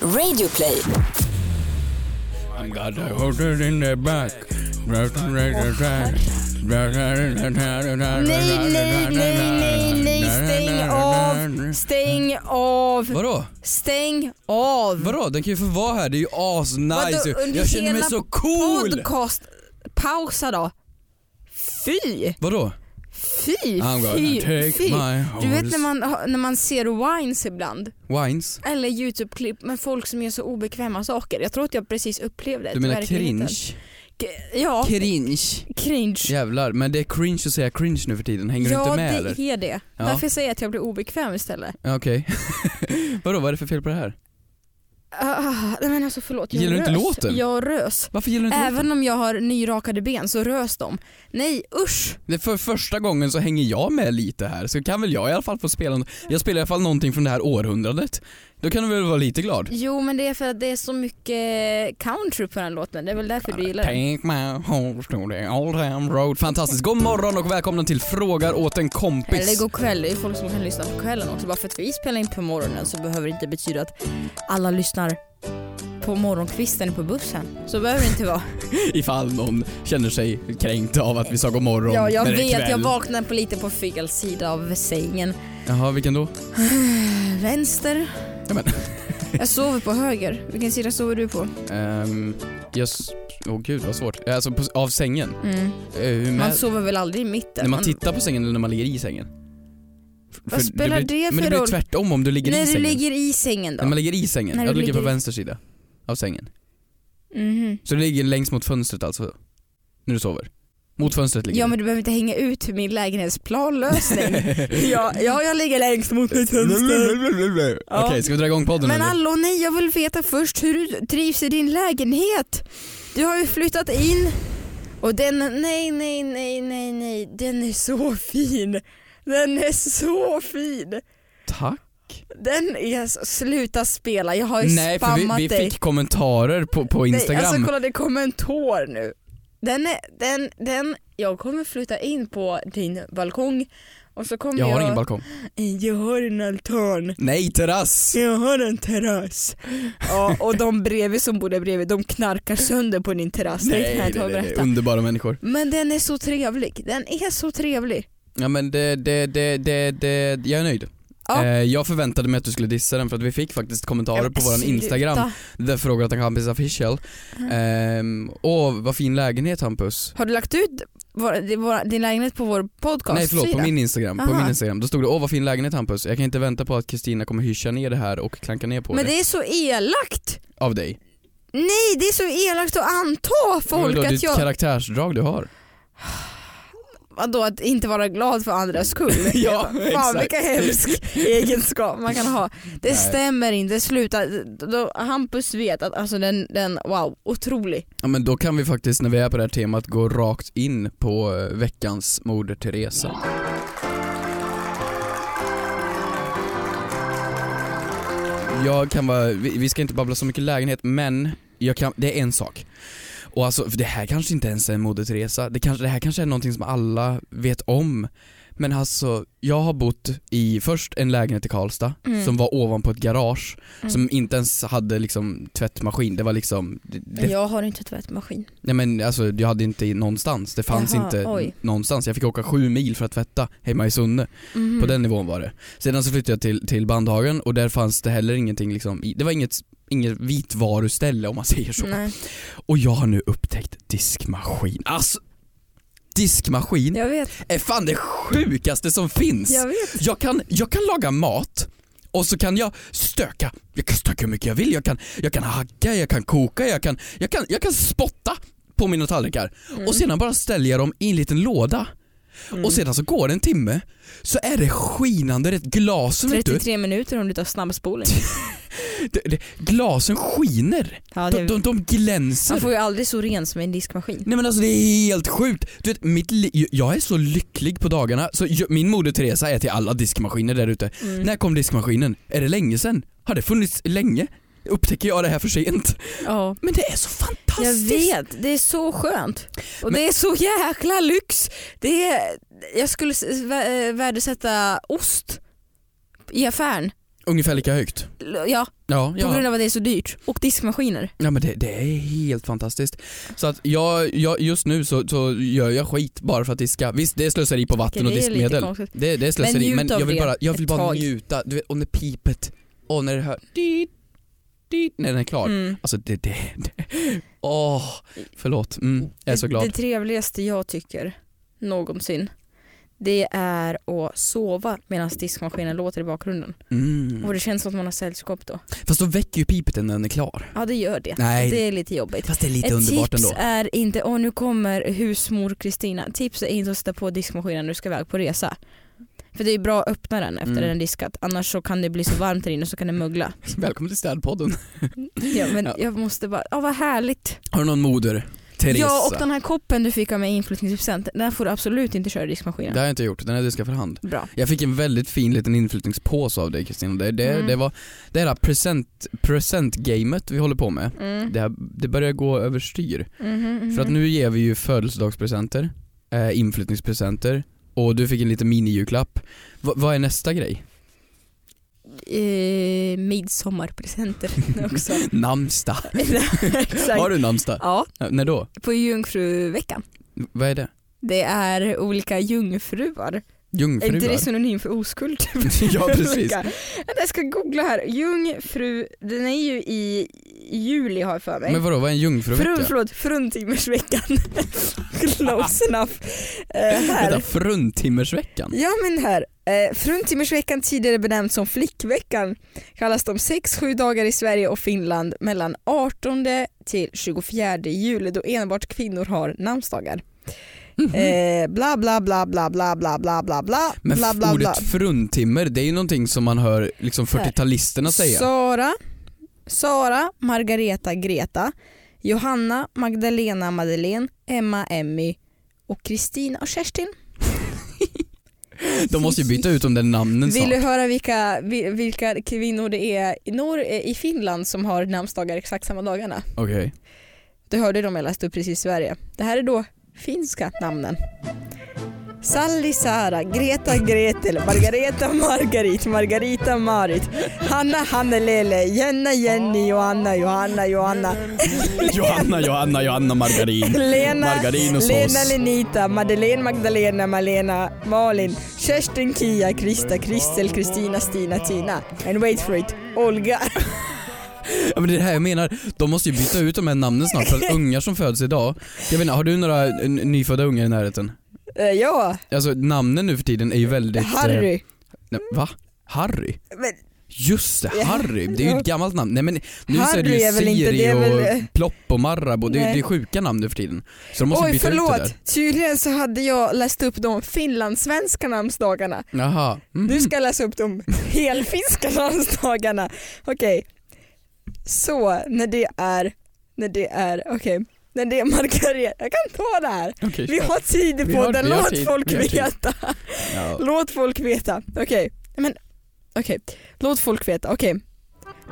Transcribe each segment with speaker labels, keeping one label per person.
Speaker 1: Radioplay.
Speaker 2: I got a hotel in the back. Nej, nej,
Speaker 3: Nej, nej, nej, nej, nej, stäng av, stäng av,
Speaker 4: Vadå?
Speaker 3: stäng av.
Speaker 4: Vadå? Den kan ju få vara här, det är ju asnice.
Speaker 3: Vadå, under
Speaker 4: jag känner mig
Speaker 3: hela
Speaker 4: så cool!
Speaker 3: Podcast, pausa då. Fy,
Speaker 4: Vadå?
Speaker 3: fy,
Speaker 4: I'm gonna
Speaker 3: fy,
Speaker 4: take
Speaker 3: fy.
Speaker 4: my
Speaker 3: Du vet
Speaker 4: horse.
Speaker 3: när man, har- när man ser wines ibland,
Speaker 4: Wines?
Speaker 3: eller Youtube-klipp med folk som gör så obekväma saker. Jag tror att jag precis upplevde det
Speaker 4: Du menar
Speaker 3: tyvärr i verkligheten.
Speaker 4: cringe?
Speaker 3: K- Ja,
Speaker 4: Cringe?
Speaker 3: cringe.
Speaker 4: Jävlar, men det är cringe att säga cringe nu för tiden, hänger du
Speaker 3: ja,
Speaker 4: inte med
Speaker 3: det
Speaker 4: eller?
Speaker 3: är det.
Speaker 4: Ja.
Speaker 3: Därför säger jag att jag blir obekväm istället.
Speaker 4: Ja, Okej. Vadå, vad är det för fel på det här?
Speaker 3: Ah, nej men alltså förlåt, jag
Speaker 4: Gillar du inte
Speaker 3: rös.
Speaker 4: låten?
Speaker 3: Jag rös.
Speaker 4: Varför gillar du inte låten?
Speaker 3: Även om jag har nyrakade ben så rös de. Nej usch!
Speaker 4: Det är för första gången så hänger jag med lite här, så kan väl jag i alla fall få spela nå- Jag spelar i alla fall någonting från det här århundradet. Då kan du väl vara lite glad?
Speaker 3: Jo men det är för att det är så mycket country på den här låten, det är väl därför du gillar den.
Speaker 4: Take my horse to the old town road. Fantastiskt. God morgon och välkomna till Frågar åt en kompis.
Speaker 3: Eller god kväll, det är ju folk som kan lyssna på kvällen också. Bara för att vi spelar in på morgonen så behöver det inte betyda att alla lyssnar på morgonkvisten på bussen. Så behöver det inte vara.
Speaker 4: Ifall någon känner sig kränkt av att vi sa god morgon
Speaker 3: Ja, jag
Speaker 4: när det är
Speaker 3: vet,
Speaker 4: kväll.
Speaker 3: jag vaknar på lite på fel sida av sängen.
Speaker 4: Jaha, vilken då?
Speaker 3: Vänster.
Speaker 4: Ja, men.
Speaker 3: Jag sover på höger. Vilken sida sover du på?
Speaker 4: Ehm, jag... s- Åh gud vad svårt. Alltså på, av sängen.
Speaker 3: Mm.
Speaker 4: Eh, hur
Speaker 3: Man
Speaker 4: med,
Speaker 3: sover väl aldrig i mitten?
Speaker 4: när man tittar på sängen eller när man ligger i sängen? F-
Speaker 3: Vad
Speaker 4: för
Speaker 3: spelar
Speaker 4: blir,
Speaker 3: det
Speaker 4: Men
Speaker 3: för
Speaker 4: det blir
Speaker 3: roll?
Speaker 4: tvärtom om du ligger
Speaker 3: När
Speaker 4: i
Speaker 3: du
Speaker 4: sängen.
Speaker 3: ligger i sängen då?
Speaker 4: När man ligger i sängen.
Speaker 3: När du
Speaker 4: jag ligger på
Speaker 3: ligger i-
Speaker 4: vänster sida av sängen.
Speaker 3: Mhm.
Speaker 4: Så du ligger längst mot fönstret alltså? När du sover? Mot fönstret ligger
Speaker 3: Ja
Speaker 4: du.
Speaker 3: men du behöver inte hänga ut min lägenhetsplanlösning. ja, ja, jag ligger längst mot mitt fönster.
Speaker 4: Okej, ska vi dra igång podden
Speaker 3: Men
Speaker 4: eller?
Speaker 3: hallå nej, jag vill veta först hur du trivs i din lägenhet. Du har ju flyttat in och den, nej nej nej nej nej, den är så fin. Den är så fin.
Speaker 4: Tack.
Speaker 3: Den är, så- sluta spela, jag har ju
Speaker 4: Nej, för
Speaker 3: spammat
Speaker 4: vi, vi
Speaker 3: dig.
Speaker 4: fick kommentarer på, på Instagram.
Speaker 3: Nej, alltså kolla det kommer en tår nu. Den är, den, den, jag kommer flytta in på din balkong och så kommer
Speaker 4: jag
Speaker 3: jag...
Speaker 4: har ingen balkong.
Speaker 3: Jag har en altan.
Speaker 4: Nej, terrass!
Speaker 3: Jag har en terrass. Ja, och de bredvid som bor där bredvid, de knarkar sönder på din terrass. det
Speaker 4: Nej,
Speaker 3: kan jag
Speaker 4: nej,
Speaker 3: ta och
Speaker 4: nej, nej,
Speaker 3: berätta.
Speaker 4: underbara människor.
Speaker 3: Men den är så trevlig. Den är så trevlig.
Speaker 4: Ja men det, det, det, det, det jag är nöjd.
Speaker 3: Ja.
Speaker 4: Eh, jag förväntade mig att du skulle dissa den för att vi fick faktiskt kommentarer på våran
Speaker 3: Sluta. Mm.
Speaker 4: Instagram, där frågat en kompis official. Ehm, Åh, vad fin lägenhet Hampus.
Speaker 3: Har du lagt ut vår, din- vår, din lägenhet på vår podcast?
Speaker 4: Nej förlåt, på min Instagram. På
Speaker 3: Aha.
Speaker 4: min Instagram. Då stod det åh vad fin lägenhet Hampus, jag kan inte vänta på att Kristina kommer hyscha ner det här och klanka ner på
Speaker 3: Men
Speaker 4: det.
Speaker 3: det är så elakt.
Speaker 4: Av dig.
Speaker 3: Nej, det är så elakt att anta
Speaker 4: Men
Speaker 3: folk
Speaker 4: vadå,
Speaker 3: att
Speaker 4: ditt
Speaker 3: jag...
Speaker 4: karaktärsdrag du har.
Speaker 3: Vadå att inte vara glad för andras skull?
Speaker 4: Ja,
Speaker 3: Fan
Speaker 4: exakt.
Speaker 3: vilka hemsk egenskap man kan ha. Det
Speaker 4: Nej.
Speaker 3: stämmer inte, sluta. Då, Hampus vet att alltså den, den, wow, otrolig.
Speaker 4: Ja men då kan vi faktiskt när vi är på det här temat gå rakt in på eh, veckans Moder Teresa. Jag kan vara, vi, vi ska inte babbla så mycket lägenhet men jag kan, det är en sak. Och alltså för det här kanske inte ens är Moder Teresa, det, kanske, det här kanske är någonting som alla vet om. Men alltså, jag har bott i först en lägenhet i Karlstad
Speaker 3: Mm.
Speaker 4: som var ovanpå ett garage
Speaker 3: Mm.
Speaker 4: som inte ens hade liksom tvättmaskin, det var liksom, det, det
Speaker 3: Jag har inte tvättmaskin.
Speaker 4: Nej men alltså jag hade inte i- någonstans, det fanns
Speaker 3: Jaha,
Speaker 4: inte
Speaker 3: oj.
Speaker 4: någonstans. Jag fick åka sju mil för att tvätta hemma i Sunne.
Speaker 3: Mhm.
Speaker 4: På den nivån var det. Sedan så flyttade jag till, till Bandhagen och där fanns det heller ingenting liksom, i, det var inget, inget vitvaruställe om man säger så.
Speaker 3: Nej.
Speaker 4: Och jag har nu upptäckt diskmaskin. Alltså, diskmaskin
Speaker 3: Jag vet,
Speaker 4: är fan det sjukaste som finns.
Speaker 3: jag vet.
Speaker 4: Jag kan, jag kan laga mat och så kan jag stöka. Jag kan stöka hur mycket jag vill. Jag kan, jag kan hacka, jag kan koka, jag kan, jag kan, jag kan spotta på mina tallrikar.
Speaker 3: Mm.
Speaker 4: Och sedan bara ställer jag dem i en liten låda. Och sedan så går det en timme så är det skinande rätt. Glasen, vet du,
Speaker 3: 33 minuter om du tar snabbspolning.
Speaker 4: det, det, glasen skiner.
Speaker 3: Ja,
Speaker 4: De,
Speaker 3: det,
Speaker 4: de, de glänser.
Speaker 3: man får ju aldrig så ren som en diskmaskin.
Speaker 4: Nej men alltså det är helt sjukt. Du vet, mitt li- jag är så lycklig på dagarna så jag, min moder Teresa är till alla diskmaskiner där ute.
Speaker 3: Mm.
Speaker 4: När kom diskmaskinen? Är det länge sedan? Har det funnits länge? Upptäcker jag det här för sent?
Speaker 3: Ja.
Speaker 4: Men det är så
Speaker 3: Jag
Speaker 4: fantastiskt!
Speaker 3: vet, det är så skönt.
Speaker 4: Men-
Speaker 3: Och det är så jäkla lyx. Det är, jag skulle s- vä- eh, värdesätta ost i affären.
Speaker 4: Ungefär lika högt.
Speaker 3: Ja,
Speaker 4: Ja,
Speaker 3: på
Speaker 4: ja.
Speaker 3: grund av att det är så dyrt. Och diskmaskiner.
Speaker 4: ja men det, det är helt fantastiskt. Så att jag, jag just nu så, så gör jag skit bara för att diska. Visst, det är slöseri på vatten och
Speaker 3: Det är lite
Speaker 4: diskmedel.
Speaker 3: konstigt.
Speaker 4: Det, det är
Speaker 3: Men
Speaker 4: slöseri,
Speaker 3: njut
Speaker 4: men,
Speaker 3: av
Speaker 4: jag vill
Speaker 3: det
Speaker 4: bara, jag vill
Speaker 3: ett
Speaker 4: bara
Speaker 3: tag.
Speaker 4: njuta. Du vet, om det pipet och när det hör dit, dit, när den är klar.
Speaker 3: Mm.
Speaker 4: Alltså det, det, det. Åh, förlåt. Mm, jag är så glad.
Speaker 3: Det, det trevligaste jag tycker någonsin det är att sova medan diskmaskinen låter i bakgrunden.
Speaker 4: Mm.
Speaker 3: Och det känns som att man har sällskap då.
Speaker 4: Fast då väcker ju pipet en när den är klar.
Speaker 3: Ja det gör det.
Speaker 4: Nej.
Speaker 3: Det är lite jobbigt.
Speaker 4: Fast det är lite
Speaker 3: Ett
Speaker 4: underbart
Speaker 3: tips
Speaker 4: ändå.
Speaker 3: är inte, och nu kommer husmor Kristina, tips är inte att sätta på diskmaskinen när du ska iväg på resa. För det är bra att öppna den efter
Speaker 4: Mm.
Speaker 3: den är diskat, annars så kan det bli så varmt där inne så kan det mögla.
Speaker 4: Välkommen till städpodden.
Speaker 3: Ja, men
Speaker 4: Ja.
Speaker 3: jag måste bara, ja vad härligt.
Speaker 4: Har du någon moder? Teresa.
Speaker 3: Ja och den här koppen du fick av mig i inflyttningspresent, den får du absolut inte köra i diskmaskinen.
Speaker 4: Det har jag inte gjort, den här diskar för hand.
Speaker 3: Bra.
Speaker 4: Jag fick en väldigt fin liten inflyttningspåse av dig Kristina. Det, det,
Speaker 3: Mm.
Speaker 4: det var det här present, presentgamet vi håller på med.
Speaker 3: Mm.
Speaker 4: Det, här, det börjar gå överstyr.
Speaker 3: Mhm, mhm.
Speaker 4: För att nu ger vi ju födelsedagspresenter, eh, inflyttningspresenter och du fick en liten minijulklapp. Va, vad är nästa grej?
Speaker 3: eh, midsommarpresenter också.
Speaker 4: Namnsdag.
Speaker 3: Exakt.
Speaker 4: Har du namnsdag?
Speaker 3: Ja,
Speaker 4: Eh, När då?
Speaker 3: på jungfruveckan.
Speaker 4: Vad är det?
Speaker 3: Det är olika jungfruar. Är inte det
Speaker 4: Jungfruar?
Speaker 3: synonym för oskuld?
Speaker 4: ja precis.
Speaker 3: Vänta, Jag ska googla här. Jungfru, den är ju i juli har jag för mig.
Speaker 4: Men vadå, vad är en
Speaker 3: Frun,
Speaker 4: jungfruvecka?
Speaker 3: förlåt, fruntimmersveckan. Close enough. Eh,
Speaker 4: Vänta,
Speaker 3: här.
Speaker 4: fruntimmersveckan?
Speaker 3: Ja men här, eh, fruntimmersveckan tidigare benämnd som flickveckan kallas de 6-7 dagar i Sverige och Finland mellan 18 till 24 juli då enbart kvinnor har namnsdagar.
Speaker 4: Mhm.
Speaker 3: Eh, bla bla bla bla bla bla bla bla bla
Speaker 4: Men
Speaker 3: bla bla bla.
Speaker 4: ordet fruntimmer, det är ju någonting som man hör liksom
Speaker 3: Här.
Speaker 4: 40-talisterna säga.
Speaker 3: Sara, Sara, Margareta, Greta, Johanna, Magdalena, Madeleine, Emma, Emmy och Kristina och Kerstin.
Speaker 4: De måste ju byta ut de där namnen
Speaker 3: Vill
Speaker 4: snart.
Speaker 3: du höra vilka, vi- vilka kvinnor det är i, norr, i Finland som har namnsdagar exakt samma dagarna?
Speaker 4: Okej.
Speaker 3: Du hörde dem jag läste upp precis i Sverige. Det här är då finska namnen. Sally, Sara, Greta, Gretel, Margareta, Margarit, Margarita, Marit, Hanna, Hannelele, Jenna, Jenny, Johanna, Johanna, Johanna,
Speaker 4: Johanna, Johanna, Johanna Margarin.
Speaker 3: Lena,
Speaker 4: Margarin och sås.
Speaker 3: Lena, Lenita, Madeleine, Magdalena, Malena, Malin, Kerstin, Kia, Krista, Kristel, Kristina, Stina, Tina. And wait for it, Olga.
Speaker 4: Ja, men det är det här jag menar, de måste ju byta ut de här namnen snart för att ungar som föds idag, jag menar, har du några eh, nyfödda ungar i närheten?
Speaker 3: Eh, ja,
Speaker 4: Alltså namnen nu för tiden är ju väldigt... eh,
Speaker 3: Harry.
Speaker 4: nej, va? Harry?
Speaker 3: Men,
Speaker 4: Just det,
Speaker 3: Ja.
Speaker 4: Harry. Det är ju ett gammalt namn. Nej men nu så är det
Speaker 3: Harry
Speaker 4: ju
Speaker 3: är väl inte- det
Speaker 4: Siri
Speaker 3: är
Speaker 4: och
Speaker 3: väl-
Speaker 4: Plopp och Marabou, det är, ju-
Speaker 3: Nej.
Speaker 4: det är sjuka namn nu för tiden. Så de måste
Speaker 3: oj,
Speaker 4: byta ut det
Speaker 3: förlåt. Tydligen så hade jag läst upp de finlandssvenska namnsdagarna.
Speaker 4: där. Jaha. Mm.
Speaker 3: Nu ska jag läsa upp de helfinska namnsdagarna. Okej. Så, när det är, när det är, okej. När det är Margareta, jag kan ta det här.
Speaker 4: Okej,
Speaker 3: Vi
Speaker 4: kör.
Speaker 3: har
Speaker 4: Vi
Speaker 3: tid på
Speaker 4: har-
Speaker 3: den,
Speaker 4: vi har
Speaker 3: låt
Speaker 4: tid,
Speaker 3: folk
Speaker 4: vi har tid.
Speaker 3: veta.
Speaker 4: Ja.
Speaker 3: Låt folk veta. Okej, men okej. Låt folk veta. Okej.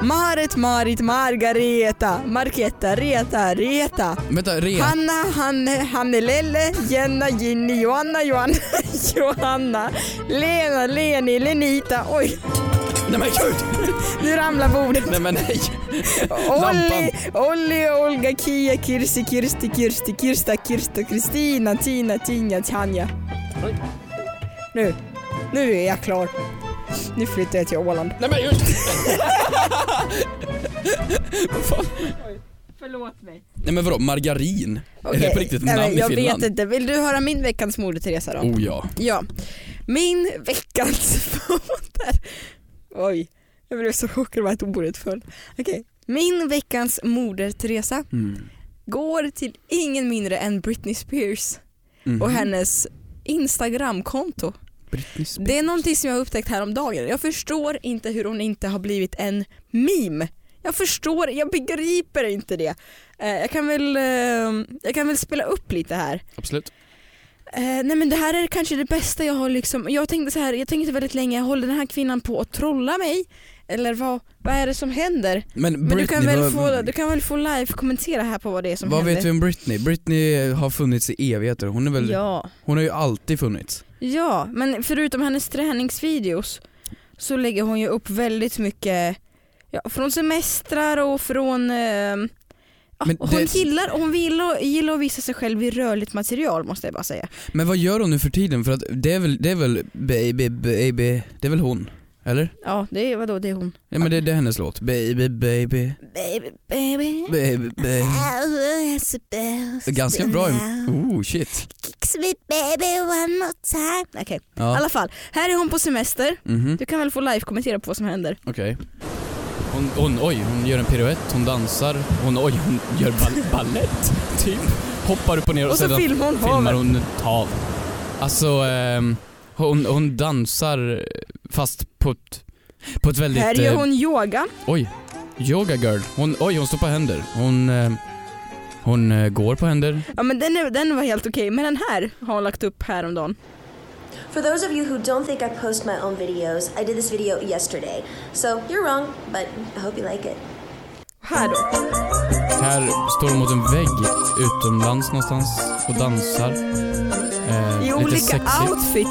Speaker 3: Marit, Marit, Margareta, Marketta, Reta, Reta.
Speaker 4: Vänta, Rea.
Speaker 3: Hanna, Hanne, Hannelelle, Jenna, Ginny, Johanna, Johanna, Johanna, Lena, Leni, Lenita. Oj,
Speaker 4: Nej men gud!
Speaker 3: nu ramlar bordet.
Speaker 4: Nej men nej.
Speaker 3: Olli, Olli, Olga, Kia, Kirsi, Kirsti, Kirsti, Kirsta, Kirsta, Kristina, Tina, Tinja, Tanja. Nu, nu är jag klar. Nu flyttar jag till Åland.
Speaker 4: Nej men just.
Speaker 3: Förlåt mig.
Speaker 4: Nej men vadå, margarin? Är det på riktigt ett namn
Speaker 3: jag
Speaker 4: i Finland?
Speaker 3: vet inte. Vill du höra min veckans mode Teresa då?
Speaker 4: Oh ja.
Speaker 3: Ja. Min veckans moder. Oj, jag blev så chockad över att ordet föll. Okej. Min veckans moder Teresa
Speaker 4: Mm.
Speaker 3: går till ingen mindre än Britney Spears
Speaker 4: Mhm.
Speaker 3: och hennes Instagramkonto.
Speaker 4: Britney Spears.
Speaker 3: Det är någonting som jag har upptäckt häromdagen. Jag förstår inte hur hon inte har blivit en meme. Jag förstår, jag begriper inte det. Eh, Jag kan väl, eh, jag kan väl spela upp lite här.
Speaker 4: Absolut.
Speaker 3: Eh, nej men det här är kanske det bästa jag har liksom, jag tänkte så här, jag tänkte väldigt länge, håller den här kvinnan på att trolla mig? Eller vad, vad är det som händer?
Speaker 4: Men,
Speaker 3: Men du
Speaker 4: Britney,
Speaker 3: kan, väl
Speaker 4: vad,
Speaker 3: få, du kan väl få live kommentera här på vad det är som
Speaker 4: vad
Speaker 3: händer?
Speaker 4: vet vi om Britney? Britney har funnits i evigheter. Hon, är väl,
Speaker 3: Ja.
Speaker 4: hon har ju alltid funnits.
Speaker 3: ja, men förutom hennes träningsvideos så lägger hon ju upp väldigt mycket ja, från semestrar och från... Eh, ja,
Speaker 4: Men
Speaker 3: hon
Speaker 4: det-
Speaker 3: gillar, hon vill och, gillar att visa sig själv i rörligt material måste jag bara säga.
Speaker 4: Men vad gör hon nu för tiden? För att det är väl, det är väl baby, baby, det är väl hon? Eller?
Speaker 3: Ja, det är, vadå, det är hon.
Speaker 4: Ja men det, det är hennes låt. Baby, baby,
Speaker 3: Baby, baby.
Speaker 4: baby, baby. Ganska bra. Oh shit.
Speaker 3: Kiss me baby one more time. Okej, i
Speaker 4: Ja.
Speaker 3: alla fall. Här är hon på semester.
Speaker 4: Mhm.
Speaker 3: Du kan väl få live-kommentera på vad som händer.
Speaker 4: Okej. Hon, hon, oj, hon gör en piruett, hon dansar, hon, oj, hon gör bal- ballett typ. Hoppar upp och ner och,
Speaker 3: Och så
Speaker 4: sedan
Speaker 3: filmar hon
Speaker 4: filmar
Speaker 3: havet.
Speaker 4: hon ett hav. Alltså, ehm, hon, hon dansar eh, fast på ett, på ett väldigt...
Speaker 3: Här gör
Speaker 4: eh,
Speaker 3: hon yoga.
Speaker 4: Oj, yoga girl. Hon, oj, hon står på händer. Hon, ehm, hon eh, går på händer.
Speaker 3: Ja men den, är, den var helt okej, men den här har hon lagt upp häromdagen.
Speaker 1: For those of you who don't think I post my own videos, I did this video yesterday. So you're wrong, but I hope you like it.
Speaker 3: Här då.
Speaker 4: Här står hon mot en vägg utomlands någonstans och dansar. Eh,
Speaker 3: I
Speaker 4: lite
Speaker 3: olika
Speaker 4: sexigt.
Speaker 3: outfits.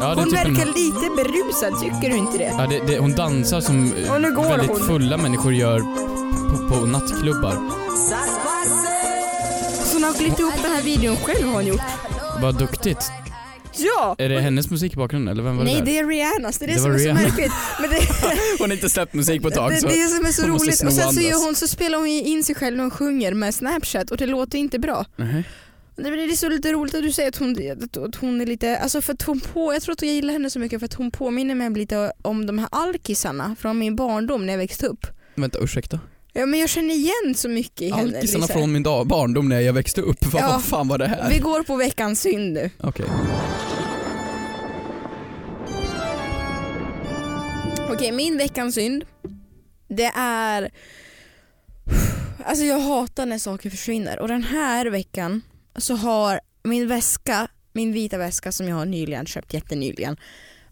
Speaker 4: Ja, det är
Speaker 3: Hon
Speaker 4: typ en-
Speaker 3: verkar lite berusad, tycker du inte det?
Speaker 4: Ja, det, det, hon dansar som eh,
Speaker 3: Och nu går
Speaker 4: väldigt
Speaker 3: hon.
Speaker 4: fulla människor gör på, på nattklubbar.
Speaker 3: Så hon har klippt ihop den här videon själv har hon gjort.
Speaker 4: Vad duktigt.
Speaker 3: Ja!
Speaker 4: Är det hennes musik i bakgrunden eller vem Eh, var
Speaker 3: Nej
Speaker 4: det där?
Speaker 3: det är Rihannas, det är det,
Speaker 4: Det
Speaker 3: som
Speaker 4: var
Speaker 3: är så
Speaker 4: Rihanna.
Speaker 3: märkligt. Men det,
Speaker 4: Hon har inte släppt musik på ett tag
Speaker 3: det,
Speaker 4: så.
Speaker 3: det är det som är så
Speaker 4: hon måste
Speaker 3: roligt.
Speaker 4: sno
Speaker 3: Och sen så, gör
Speaker 4: andras.
Speaker 3: hon, så spelar hon ju in sig själv när hon sjunger med Snapchat och det låter inte bra.
Speaker 4: Nej.
Speaker 3: Det det är så lite roligt att du säger att hon, att- att hon är lite, alltså för att hon på, jag tror att jag gillar henne så mycket för att hon påminner mig lite om de här alkisarna från min barndom när jag växte upp.
Speaker 4: Vänta, ursäkta.
Speaker 3: Ja men jag känner igen så mycket i henne.
Speaker 4: Alkisarna
Speaker 3: Lisa.
Speaker 4: från min dag, barndom när jag växte upp. Vad
Speaker 3: Ja.
Speaker 4: fan var det här?
Speaker 3: Vi går på veckans synd nu.
Speaker 4: Okej.
Speaker 3: Okej, min veckans synd. Det är... Alltså jag hatar när saker försvinner och den här veckan så har min väska, min vita väska som jag har nyligen köpt jättenyligen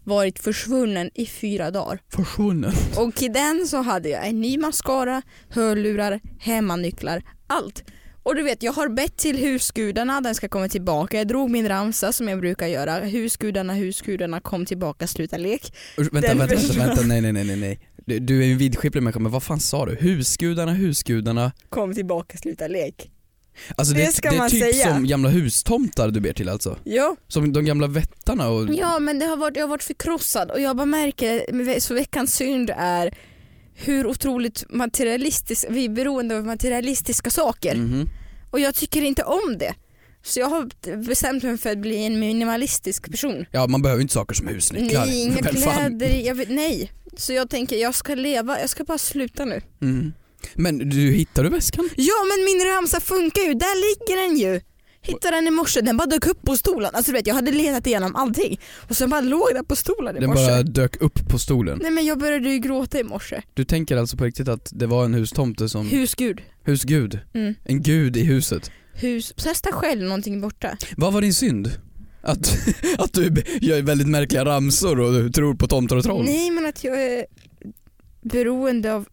Speaker 3: varit försvunnen i fyra dagar.
Speaker 4: Försvunnen.
Speaker 3: Och i den så hade jag en ny mascara, hörlurar, hemmanycklar, allt. Och du vet jag har bett till husgudarna, den ska komma tillbaka. Jag drog min ramsa som jag brukar göra. Husgudarna, husgudarna, kom tillbaka, sluta lek.
Speaker 4: Ur- Vänta,
Speaker 3: Den
Speaker 4: vänta, vänta,
Speaker 3: försvann.
Speaker 4: vänta, nej, nej, nej, nej, nej. Du, du är ju en vidskeplig människa, men vad fan sa du? Husgudarna, husgudarna.
Speaker 3: Kom tillbaka, sluta lek.
Speaker 4: Alltså det,
Speaker 3: Det ska
Speaker 4: det är
Speaker 3: man
Speaker 4: typ
Speaker 3: säga.
Speaker 4: som gamla hustomtar du ber till alltså.
Speaker 3: Ja.
Speaker 4: Som de gamla vättarna och...
Speaker 3: ja, men det har varit, jag har varit förkrossad och jag bara märker, med ve- så veckans synd är hur otroligt materialistiskt, vi är beroende av materialistiska saker
Speaker 4: Mhm.
Speaker 3: och jag tycker inte om det. Så jag har bestämt mig för att bli en minimalistisk person.
Speaker 4: Ja, man behöver ju inte saker som husnycklar.
Speaker 3: Nej, inga
Speaker 4: Vem fan-
Speaker 3: kläder, jag vet, nej. Så jag tänker jag ska leva, jag ska bara sluta nu.
Speaker 4: Mm. Men du, hittar du väskan?
Speaker 3: Ja men min ramsa funkar ju, där ligger den ju. Hittade den i morse, den bara dök upp på stolen. Alltså du vet jag hade letat igenom allting och sen bara låg den på stolen i
Speaker 4: Den
Speaker 3: morse.
Speaker 4: bara dök upp på stolen.
Speaker 3: Nej men jag började ju gråta i morse.
Speaker 4: Du tänker alltså på riktigt att det var en hustomte som...
Speaker 3: Husgud.
Speaker 4: Husgud.
Speaker 3: Mm.
Speaker 4: En gud i huset.
Speaker 3: Hus. Testa själv någonting borta.
Speaker 4: Vad var din synd? Att, att du b- gör väldigt märkliga ramsor och du tror på tomtar och troll?
Speaker 3: Nej men att jag är beroende av...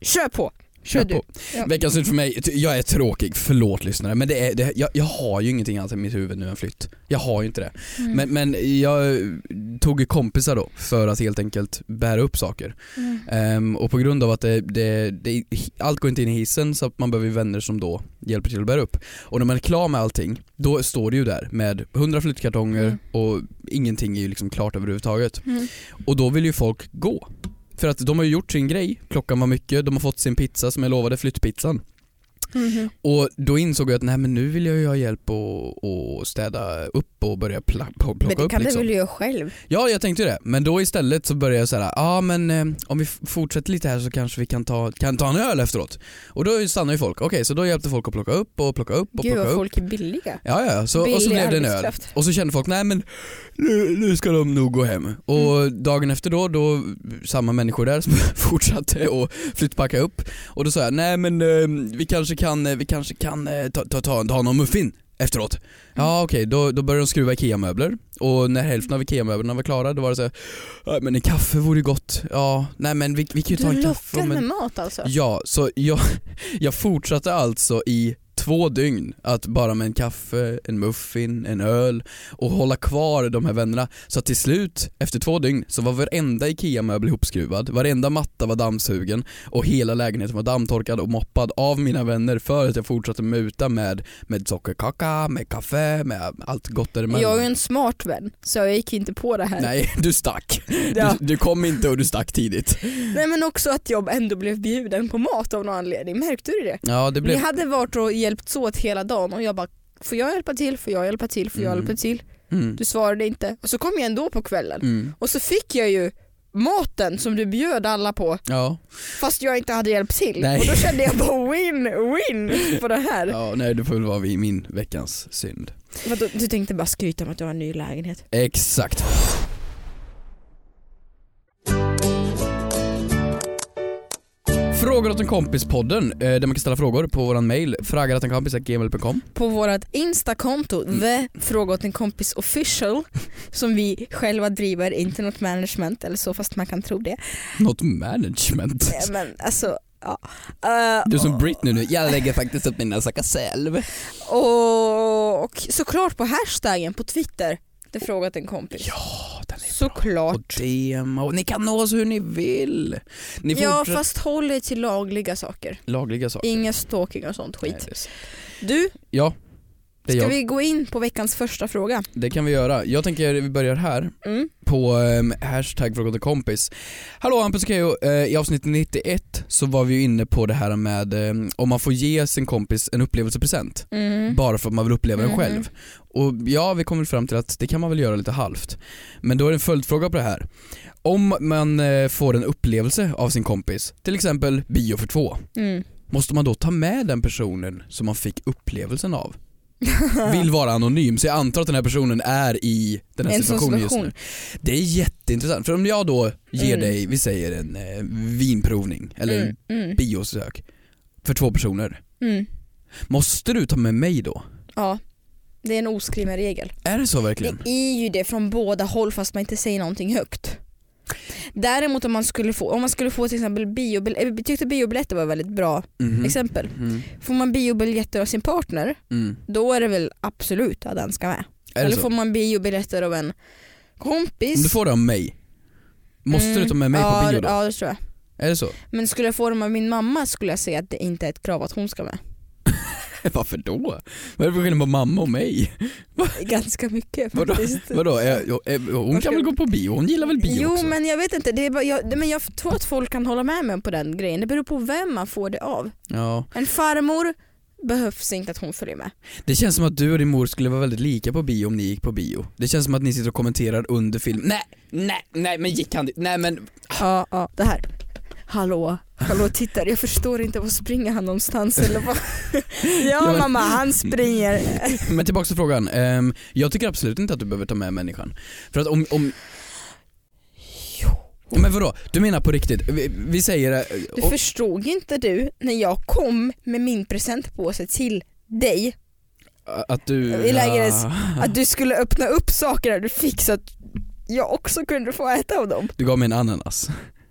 Speaker 3: Kör på!
Speaker 4: Kör
Speaker 3: Men du-
Speaker 4: på.
Speaker 3: ja.
Speaker 4: Veckans synd för mig, ty- jag är tråkig, förlåt lyssnare men det är, det, jag, jag har ju ingenting annat i mitt huvud nu än flytt. Jag har ju inte det.
Speaker 3: Mm.
Speaker 4: Men, men jag eh, tog ju kompisar då för att helt enkelt bära upp saker.
Speaker 3: Mm.
Speaker 4: Ehm, och på grund av att det, det, det, allt går inte in i hissen så att man behöver ju vänner som då hjälper till att bära upp. Och när man är klar med allting, då står det ju där med 100 flyttkartonger
Speaker 3: Mm.
Speaker 4: och ingenting är ju liksom klart överhuvudtaget.
Speaker 3: Mm.
Speaker 4: Och då vill ju folk gå. För att de har ju gjort sin grej, klockan var mycket, de har fått sin pizza som jag lovade, flyttpizzan.
Speaker 3: Mhm.
Speaker 4: Och då insåg jag att nej men nu vill jag ju ha hjälp att att städa upp och börja pla- plocka
Speaker 3: Men det
Speaker 4: upp
Speaker 3: kan du
Speaker 4: liksom.
Speaker 3: väl göra själv?
Speaker 4: Ja, jag tänkte ju det. Men då istället så började jag så här, ja ah, men eh, om vi f- fortsätter lite här så kanske vi kan ta, kan ta en öl efteråt. Och då stannar ju folk. Okej, så då hjälpte folk att plocka upp och plocka upp och
Speaker 3: Gud
Speaker 4: plocka
Speaker 3: vad
Speaker 4: upp.
Speaker 3: folk är billiga.
Speaker 4: Ja, ja, så, och så
Speaker 3: Billig
Speaker 4: blev det en öl.
Speaker 3: arbetskraft.
Speaker 4: Och så kände folk, nej men nu, nu ska de nog gå hem. Och
Speaker 3: Mm.
Speaker 4: dagen efter då, då samma människor där som fortsatte att flyttpacka upp. Och då sa jag, nej men eh, vi kanske kan, eh, vi kanske kan eh, ta, ta, ta, ta någon muffin efteråt.
Speaker 3: Mm.
Speaker 4: Ja okej, då, då började de skruva IKEA-möbler och när hälften av IKEA-möblerna var klara då var det så här, "Ja, men en kaffe vore ju gott. Ja, nej men vi, vi kan ju ta
Speaker 3: Du
Speaker 4: en kaffe
Speaker 3: lockar
Speaker 4: om en
Speaker 3: med mat alltså?
Speaker 4: Ja, så jag, jag fortsatte alltså i två dygn att bara med en kaffe, en muffin, en öl och hålla kvar de här vännerna. Så att till slut, efter två dygn, så var varenda IKEA-möbel ihopskruvad, varenda matta var dammsugen och hela lägenheten var dammtorkad och moppad av mina vänner för att jag fortsatte muta med, med sockerkaka, med kaffe, med allt gott däremellan.
Speaker 3: Jag är ju en smart vän, så jag gick inte på det här.
Speaker 4: Nej, du stack.
Speaker 3: Ja.
Speaker 4: Du, du kom inte och du stack tidigt.
Speaker 3: Nej men också att jag ändå blev bjuden på mat av någon anledning, märkte du det?
Speaker 4: Ja, det blev...
Speaker 3: Vi hade varit och hjälpts åt hela dagen och jag bara Får jag hjälpa till? Får jag hjälpa till? Får jag
Speaker 4: Mm.
Speaker 3: hjälpa till?
Speaker 4: Mm.
Speaker 3: Du svarade inte. Och så kom jag ändå på kvällen.
Speaker 4: Mm.
Speaker 3: Och så fick jag ju maten som du bjöd alla på
Speaker 4: Ja.
Speaker 3: fast jag inte hade hjälpt till.
Speaker 4: Nej.
Speaker 3: Och då kände jag bara win, win på det här.
Speaker 4: ja, nej det får väl vara vi- min veckans synd.
Speaker 3: Vadå, du tänkte bara skryta om att du har en ny lägenhet.
Speaker 4: Exakt. Frågor åt en kompis-podden, eh, där man kan ställa frågor på våran mail, fragarattenkompis.gmail.com
Speaker 3: På vårt instakonto,
Speaker 4: Mm.
Speaker 3: the fråga åt en kompis official, som vi själva driver, inte något management eller så fast man kan tro det.
Speaker 4: Något management.
Speaker 3: Eh, Men alltså, ja. Eh,
Speaker 4: Du är som Britney nu, jag lägger faktiskt upp mina saker själv.
Speaker 3: och, och såklart på hashtaggen på Twitter, det fråga åt en kompis.
Speaker 4: Ja, den är
Speaker 3: Såklart.
Speaker 4: på tema och ni kan nå oss hur ni vill. Ni får
Speaker 3: Ja
Speaker 4: fortsätta-
Speaker 3: fast håll dig till lagliga saker.
Speaker 4: lagliga saker.
Speaker 3: Inga stalking och sånt skit.
Speaker 4: Nej, det är-
Speaker 3: Du,
Speaker 4: Ja, det, är
Speaker 3: ska
Speaker 4: jag.
Speaker 3: vi gå in på veckans första fråga?
Speaker 4: det kan vi göra. Jag tänker vi börjar här.
Speaker 3: Mm.
Speaker 4: på um, hashtag frågade kompis. Hallå Hampus och Keyyo, Eh, i avsnitt 91 så var vi ju inne på det här med ehm, om man får ge sin kompis en upplevelsepresent
Speaker 3: Mm.
Speaker 4: bara för att man vill uppleva den
Speaker 3: Mhm.
Speaker 4: själv. Och ja, vi kom väl fram till att det kan man väl göra lite halvt. Men då är det en följdfråga på det här. Om man eh, får en upplevelse av sin kompis, till exempel bio för två,
Speaker 3: Mm.
Speaker 4: måste man då ta med den personen som man fick upplevelsen av? Vill vara anonym, så jag antar att den här personen är i den här
Speaker 3: En sån
Speaker 4: situationen
Speaker 3: situation.
Speaker 4: just nu. Det är jätteintressant, för om jag då ger
Speaker 3: Mm.
Speaker 4: dig, vi säger en eh, vinprovning eller
Speaker 3: Mm, mm,
Speaker 4: biosök för två personer,
Speaker 3: mm.
Speaker 4: måste du ta med mig då?
Speaker 3: Ja, det är en oskriven regel.
Speaker 4: Är det så
Speaker 3: Det
Speaker 4: verkligen?
Speaker 3: är ju det från båda håll fast man inte säger någonting högt. Däremot om man skulle få, om man skulle få till exempel biobiljetter, jag tyckte biobiljetter var ett väldigt bra
Speaker 4: Mhm.
Speaker 3: exempel.
Speaker 4: Mm.
Speaker 3: Får man biobiljetter av sin partner,
Speaker 4: Mm.
Speaker 3: då är det väl absolut att den ska med.
Speaker 4: Är det
Speaker 3: Eller
Speaker 4: så?
Speaker 3: får man biobiljetter av en kompis.
Speaker 4: Om du får det av mig, måste
Speaker 3: Mm.
Speaker 4: du ta med mig
Speaker 3: ja,
Speaker 4: på bio
Speaker 3: det-
Speaker 4: då?
Speaker 3: Ja det tror jag.
Speaker 4: Är det så?
Speaker 3: Men skulle jag få dem av min mamma skulle jag säga att det inte är ett krav att hon ska med.
Speaker 4: Varför då? Vad är det för skillnad på mamma och mig?
Speaker 3: Ganska mycket
Speaker 4: Vadå?
Speaker 3: faktiskt.
Speaker 4: Vadå? Eh, jo, eh, Hon
Speaker 3: Varför?
Speaker 4: kan väl gå på bio? Hon gillar väl bio
Speaker 3: Jo
Speaker 4: också?
Speaker 3: men jag vet inte, det är bara, jag, det- men jag tror att folk kan hålla med mig på den grejen. Det beror på vem man får det av.
Speaker 4: Ja.
Speaker 3: En farmor behövs inte att hon följer med.
Speaker 4: Det känns som att du och din mor skulle vara väldigt lika på bio om ni gick på bio. Det känns som att ni sitter och kommenterar under film. Nej, nej, nej men gick han dit? Nej men...
Speaker 3: Ja, ja. Det här. Hallå, hallå tittare, jag förstår inte, var springer han någonstans eller vad?
Speaker 4: Ja,
Speaker 3: ja
Speaker 4: men-
Speaker 3: mamma, han springer.
Speaker 4: Men tillbaka till frågan. Ehm, jag tycker absolut inte att du behöver ta med människan. För att om... om... Jo. Men vadå? Du menar på riktigt? Vi, vi säger... eh,
Speaker 3: Du
Speaker 4: och-
Speaker 3: förstod inte du när jag kom med min presentpåse till dig
Speaker 4: att du...
Speaker 3: Vi lägger det-
Speaker 4: Ah.
Speaker 3: att du skulle öppna upp saker där du fick så att jag också kunde få äta av dem.
Speaker 4: Du gav mig en ananas.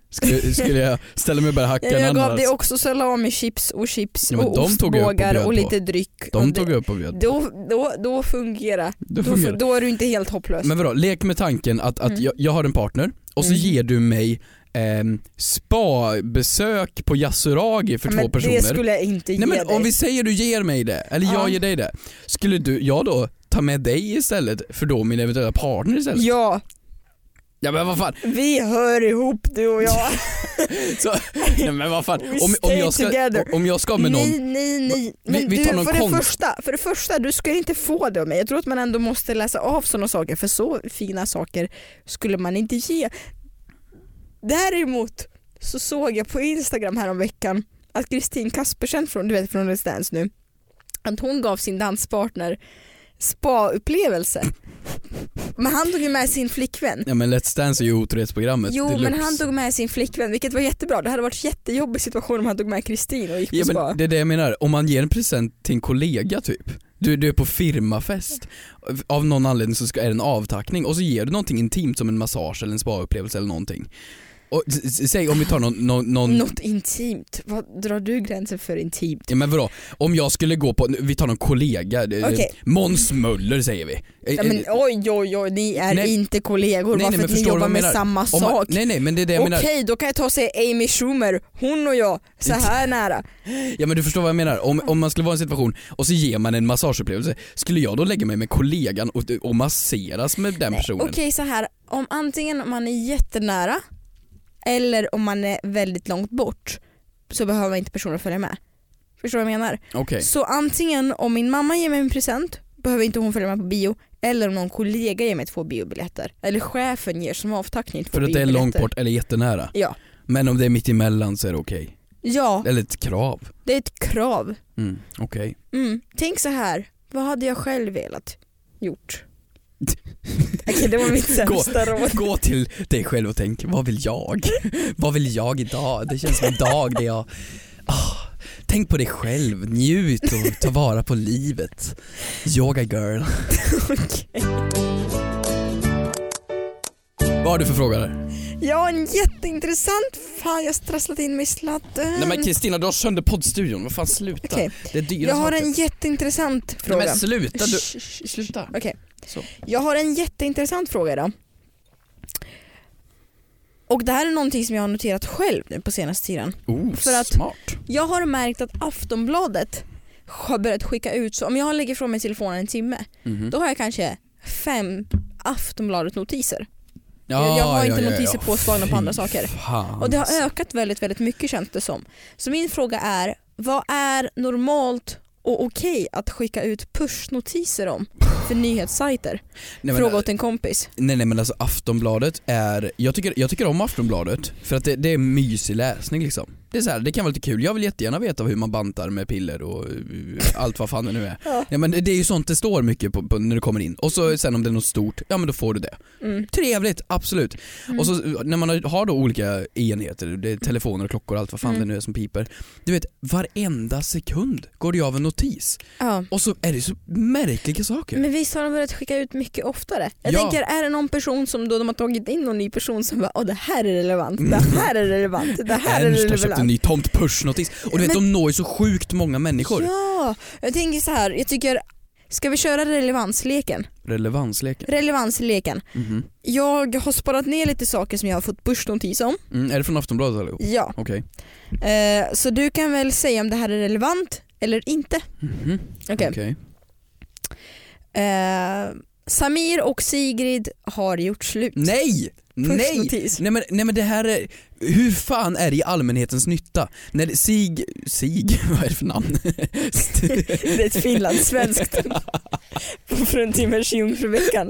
Speaker 4: Skulle, skulle jag ställa mig och börja hacka
Speaker 3: Ja,
Speaker 4: en
Speaker 3: jag gav
Speaker 4: ananas?
Speaker 3: dig också salami, chips och chips
Speaker 4: Ja, men
Speaker 3: och
Speaker 4: de tog jag upp och bjöd
Speaker 3: ostbågar och
Speaker 4: på.
Speaker 3: lite dryck.
Speaker 4: De
Speaker 3: Och
Speaker 4: tog
Speaker 3: det,
Speaker 4: jag upp och bjöd.
Speaker 3: då, då, då fungerar
Speaker 4: Då
Speaker 3: då,
Speaker 4: fungerar det.
Speaker 3: fu- då är du inte helt hopplös.
Speaker 4: Men vadå, lek med tanken att, att
Speaker 3: Mm.
Speaker 4: jag, jag har en partner och så
Speaker 3: Mm.
Speaker 4: ger du mig ehm, spa-besök på Yasuragi för
Speaker 3: Ja, men
Speaker 4: två personer.
Speaker 3: Det skulle jag inte ge
Speaker 4: Nej men
Speaker 3: dig.
Speaker 4: om vi säger du ger mig det, eller jag
Speaker 3: Ja.
Speaker 4: ger dig det. Skulle du, jag då ta med dig istället för då min eventuella partner istället?
Speaker 3: Ja,
Speaker 4: Ja men vad fan,
Speaker 3: vi hör ihop du och jag.
Speaker 4: så, nej, men vad fan.
Speaker 3: We
Speaker 4: Om, om,
Speaker 3: stay
Speaker 4: jag ska,
Speaker 3: together.
Speaker 4: om jag ska med någon,
Speaker 3: Nej, nej, nej.
Speaker 4: Vi-
Speaker 3: Men
Speaker 4: vi
Speaker 3: du,
Speaker 4: tar någon
Speaker 3: för, det
Speaker 4: konst-
Speaker 3: första, för det första, du ska inte få det av mig. Jag tror att man ändå måste läsa av sådana saker, för så fina saker skulle man inte ge. Däremot så såg jag på Instagram häromveckan att Kristin Kaspersen från, du vet från Let's Dance nu, att hon gav sin danspartner spa-upplevelse. Men han tog ju med sin flickvän.
Speaker 4: ja men Let's Dance är ju otrohetsprogrammet
Speaker 3: Jo
Speaker 4: deluxe.
Speaker 3: men han tog med sin flickvän vilket var jättebra. Det hade varit en jättejobbig situation om han tog med Kristin och gick på
Speaker 4: Ja,
Speaker 3: spa.
Speaker 4: men det är det jag menar, om man ger en present till en kollega typ, du, du är på firmafest, av någon anledning så ska, är det en avtackning och så ger du någonting intimt som en massage eller en spaupplevelse eller någonting. Och, s- s- säg om vi tar någon, någon, någon
Speaker 3: Något intimt. Vad drar du gränsen för intimt?
Speaker 4: Ja, men vadå, om jag skulle gå på, vi tar någon kollega, det-
Speaker 3: Okej.
Speaker 4: Måns Möller säger vi. Eh,
Speaker 3: Ja, men,
Speaker 4: eh,
Speaker 3: oj oj oj, ni är
Speaker 4: Nej.
Speaker 3: inte kollegor bara för att
Speaker 4: förstår
Speaker 3: ni
Speaker 4: du
Speaker 3: jobbar
Speaker 4: vad jag
Speaker 3: med
Speaker 4: menar?
Speaker 3: samma
Speaker 4: Om man-
Speaker 3: sak.
Speaker 4: Nej nej men det är det jag
Speaker 3: Okej,
Speaker 4: menar.
Speaker 3: då kan jag ta och säga Amy Schumer, hon och jag, så här nära.
Speaker 4: Ja men du förstår vad jag menar. Om, om man skulle vara i en situation och så ger man en massageupplevelse, skulle jag då lägga mig med kollegan och, och masseras med den
Speaker 3: Nej,
Speaker 4: personen?
Speaker 3: Okej så här, om antingen man är jättenära eller om man är väldigt långt bort så behöver inte personen följa med. Förstår du vad jag menar?
Speaker 4: Okej.
Speaker 3: Så antingen om min mamma ger mig en present behöver inte hon följa med på bio eller om någon kollega ger mig två biobiljetter. Eller chefen ger som avtackning två
Speaker 4: För att det är långt
Speaker 3: biobiljetter.
Speaker 4: bort eller jättenära.
Speaker 3: Ja.
Speaker 4: Men om det är mitt emellan så är det okej.
Speaker 3: Ja,
Speaker 4: Eller ett krav.
Speaker 3: det är ett krav.
Speaker 4: Mm, okej.
Speaker 3: Mm. Tänk så här, vad hade jag själv velat gjort? Okej det var mitt sämsta råd.
Speaker 4: Gå till dig själv och tänk, vad vill jag? vad vill jag idag? Det känns som en dag där jag... Ah, tänk på dig själv, njut och ta vara på livet. Yoga girl. Vad har du för fråga där?
Speaker 3: Ja, en jätteintressant. Fan, jag strasslat in mig i sladden.
Speaker 4: Nej men Kristina, du har sönder poddstudion. Vad fan sluta.
Speaker 3: Mm. Okej.
Speaker 4: Det är dyra
Speaker 3: jag har
Speaker 4: saker.
Speaker 3: en jätteintressant
Speaker 4: Nej,
Speaker 3: fråga.
Speaker 4: men sluta du.
Speaker 3: Shh, shh, shh.
Speaker 4: Sluta.
Speaker 3: Okej.
Speaker 4: Så.
Speaker 3: Jag har en jätteintressant fråga idag. Och det här är någonting som jag har noterat själv nu på senaste tiden.
Speaker 4: Oh,
Speaker 3: För att-
Speaker 4: smart.
Speaker 3: Jag har märkt att Aftonbladet har börjat skicka ut, så om jag lägger ifrån mig telefonen en timme,
Speaker 4: Mhm.
Speaker 3: då har jag kanske fem Aftonbladet-notiser.
Speaker 4: Ja,
Speaker 3: jag har inte
Speaker 4: ja, ja,
Speaker 3: notiser
Speaker 4: ja.
Speaker 3: påslagna på andra
Speaker 4: Fy
Speaker 3: saker.
Speaker 4: Fan.
Speaker 3: Och det har ökat väldigt, väldigt mycket känns det som. Så min fråga är, vad är normalt och okej att skicka ut pushnotiser om för nyhetssajter?
Speaker 4: Nej, men-
Speaker 3: Fråga åt en kompis.
Speaker 4: Nej nej men alltså Aftonbladet är, jag tycker, jag tycker om Aftonbladet för att det, det är mysig läsning liksom. Det är så här, det kan vara lite kul, jag vill jättegärna veta hur man bantar med piller och eh, allt vad fan det nu är.
Speaker 3: Ja.
Speaker 4: Nej, men det, det är ju sånt det står mycket på, på när du kommer in och så sen om det är något stort, ja men då får du det.
Speaker 3: Mm.
Speaker 4: Trevligt, absolut. Och så eh, när man har- har då olika enheter, det är telefoner och klockor och allt vad fan
Speaker 3: Mm.
Speaker 4: det nu är som piper. Du vet, varenda sekund går det ju av en notis
Speaker 3: Ja.
Speaker 4: och så är det så märkliga saker.
Speaker 3: Men visst har de börjat skicka ut mycket oftare? Jag
Speaker 4: Ja.
Speaker 3: tänker, är det någon person som då de har tagit in någon ny person som bara åh det här är relevant, det här är relevant, det här är
Speaker 4: Ernst har köpt en typ
Speaker 3: relevant.
Speaker 4: ny tomt pushnotis och du vet
Speaker 3: Men-
Speaker 4: de når ju så sjukt många människor.
Speaker 3: Ja, jag tänker så här, jag tycker, ska vi köra relevansleken?
Speaker 4: Relevansleken.
Speaker 3: Relevansleken.
Speaker 4: Mhm.
Speaker 3: Jag har sparat ner lite saker som jag har fått pushnotis om.
Speaker 4: Mm, är det från Aftonbladet allihop?
Speaker 3: Ja,
Speaker 4: Okej.
Speaker 3: eh, så du kan väl säga om det här är relevant eller inte.
Speaker 4: Mhm.
Speaker 3: Okej.
Speaker 4: Okej.
Speaker 3: Eh, Samir och Sigrid har gjort slut.
Speaker 4: Nej! Nej!
Speaker 3: Pushnotis.
Speaker 4: Nej men, nej men det här är, hur fan är det i allmänhetens nytta? När det- Sig, Sig, vad är det för namn?
Speaker 3: Det är ett finlandssvenskt för en timmes jungfruveckan.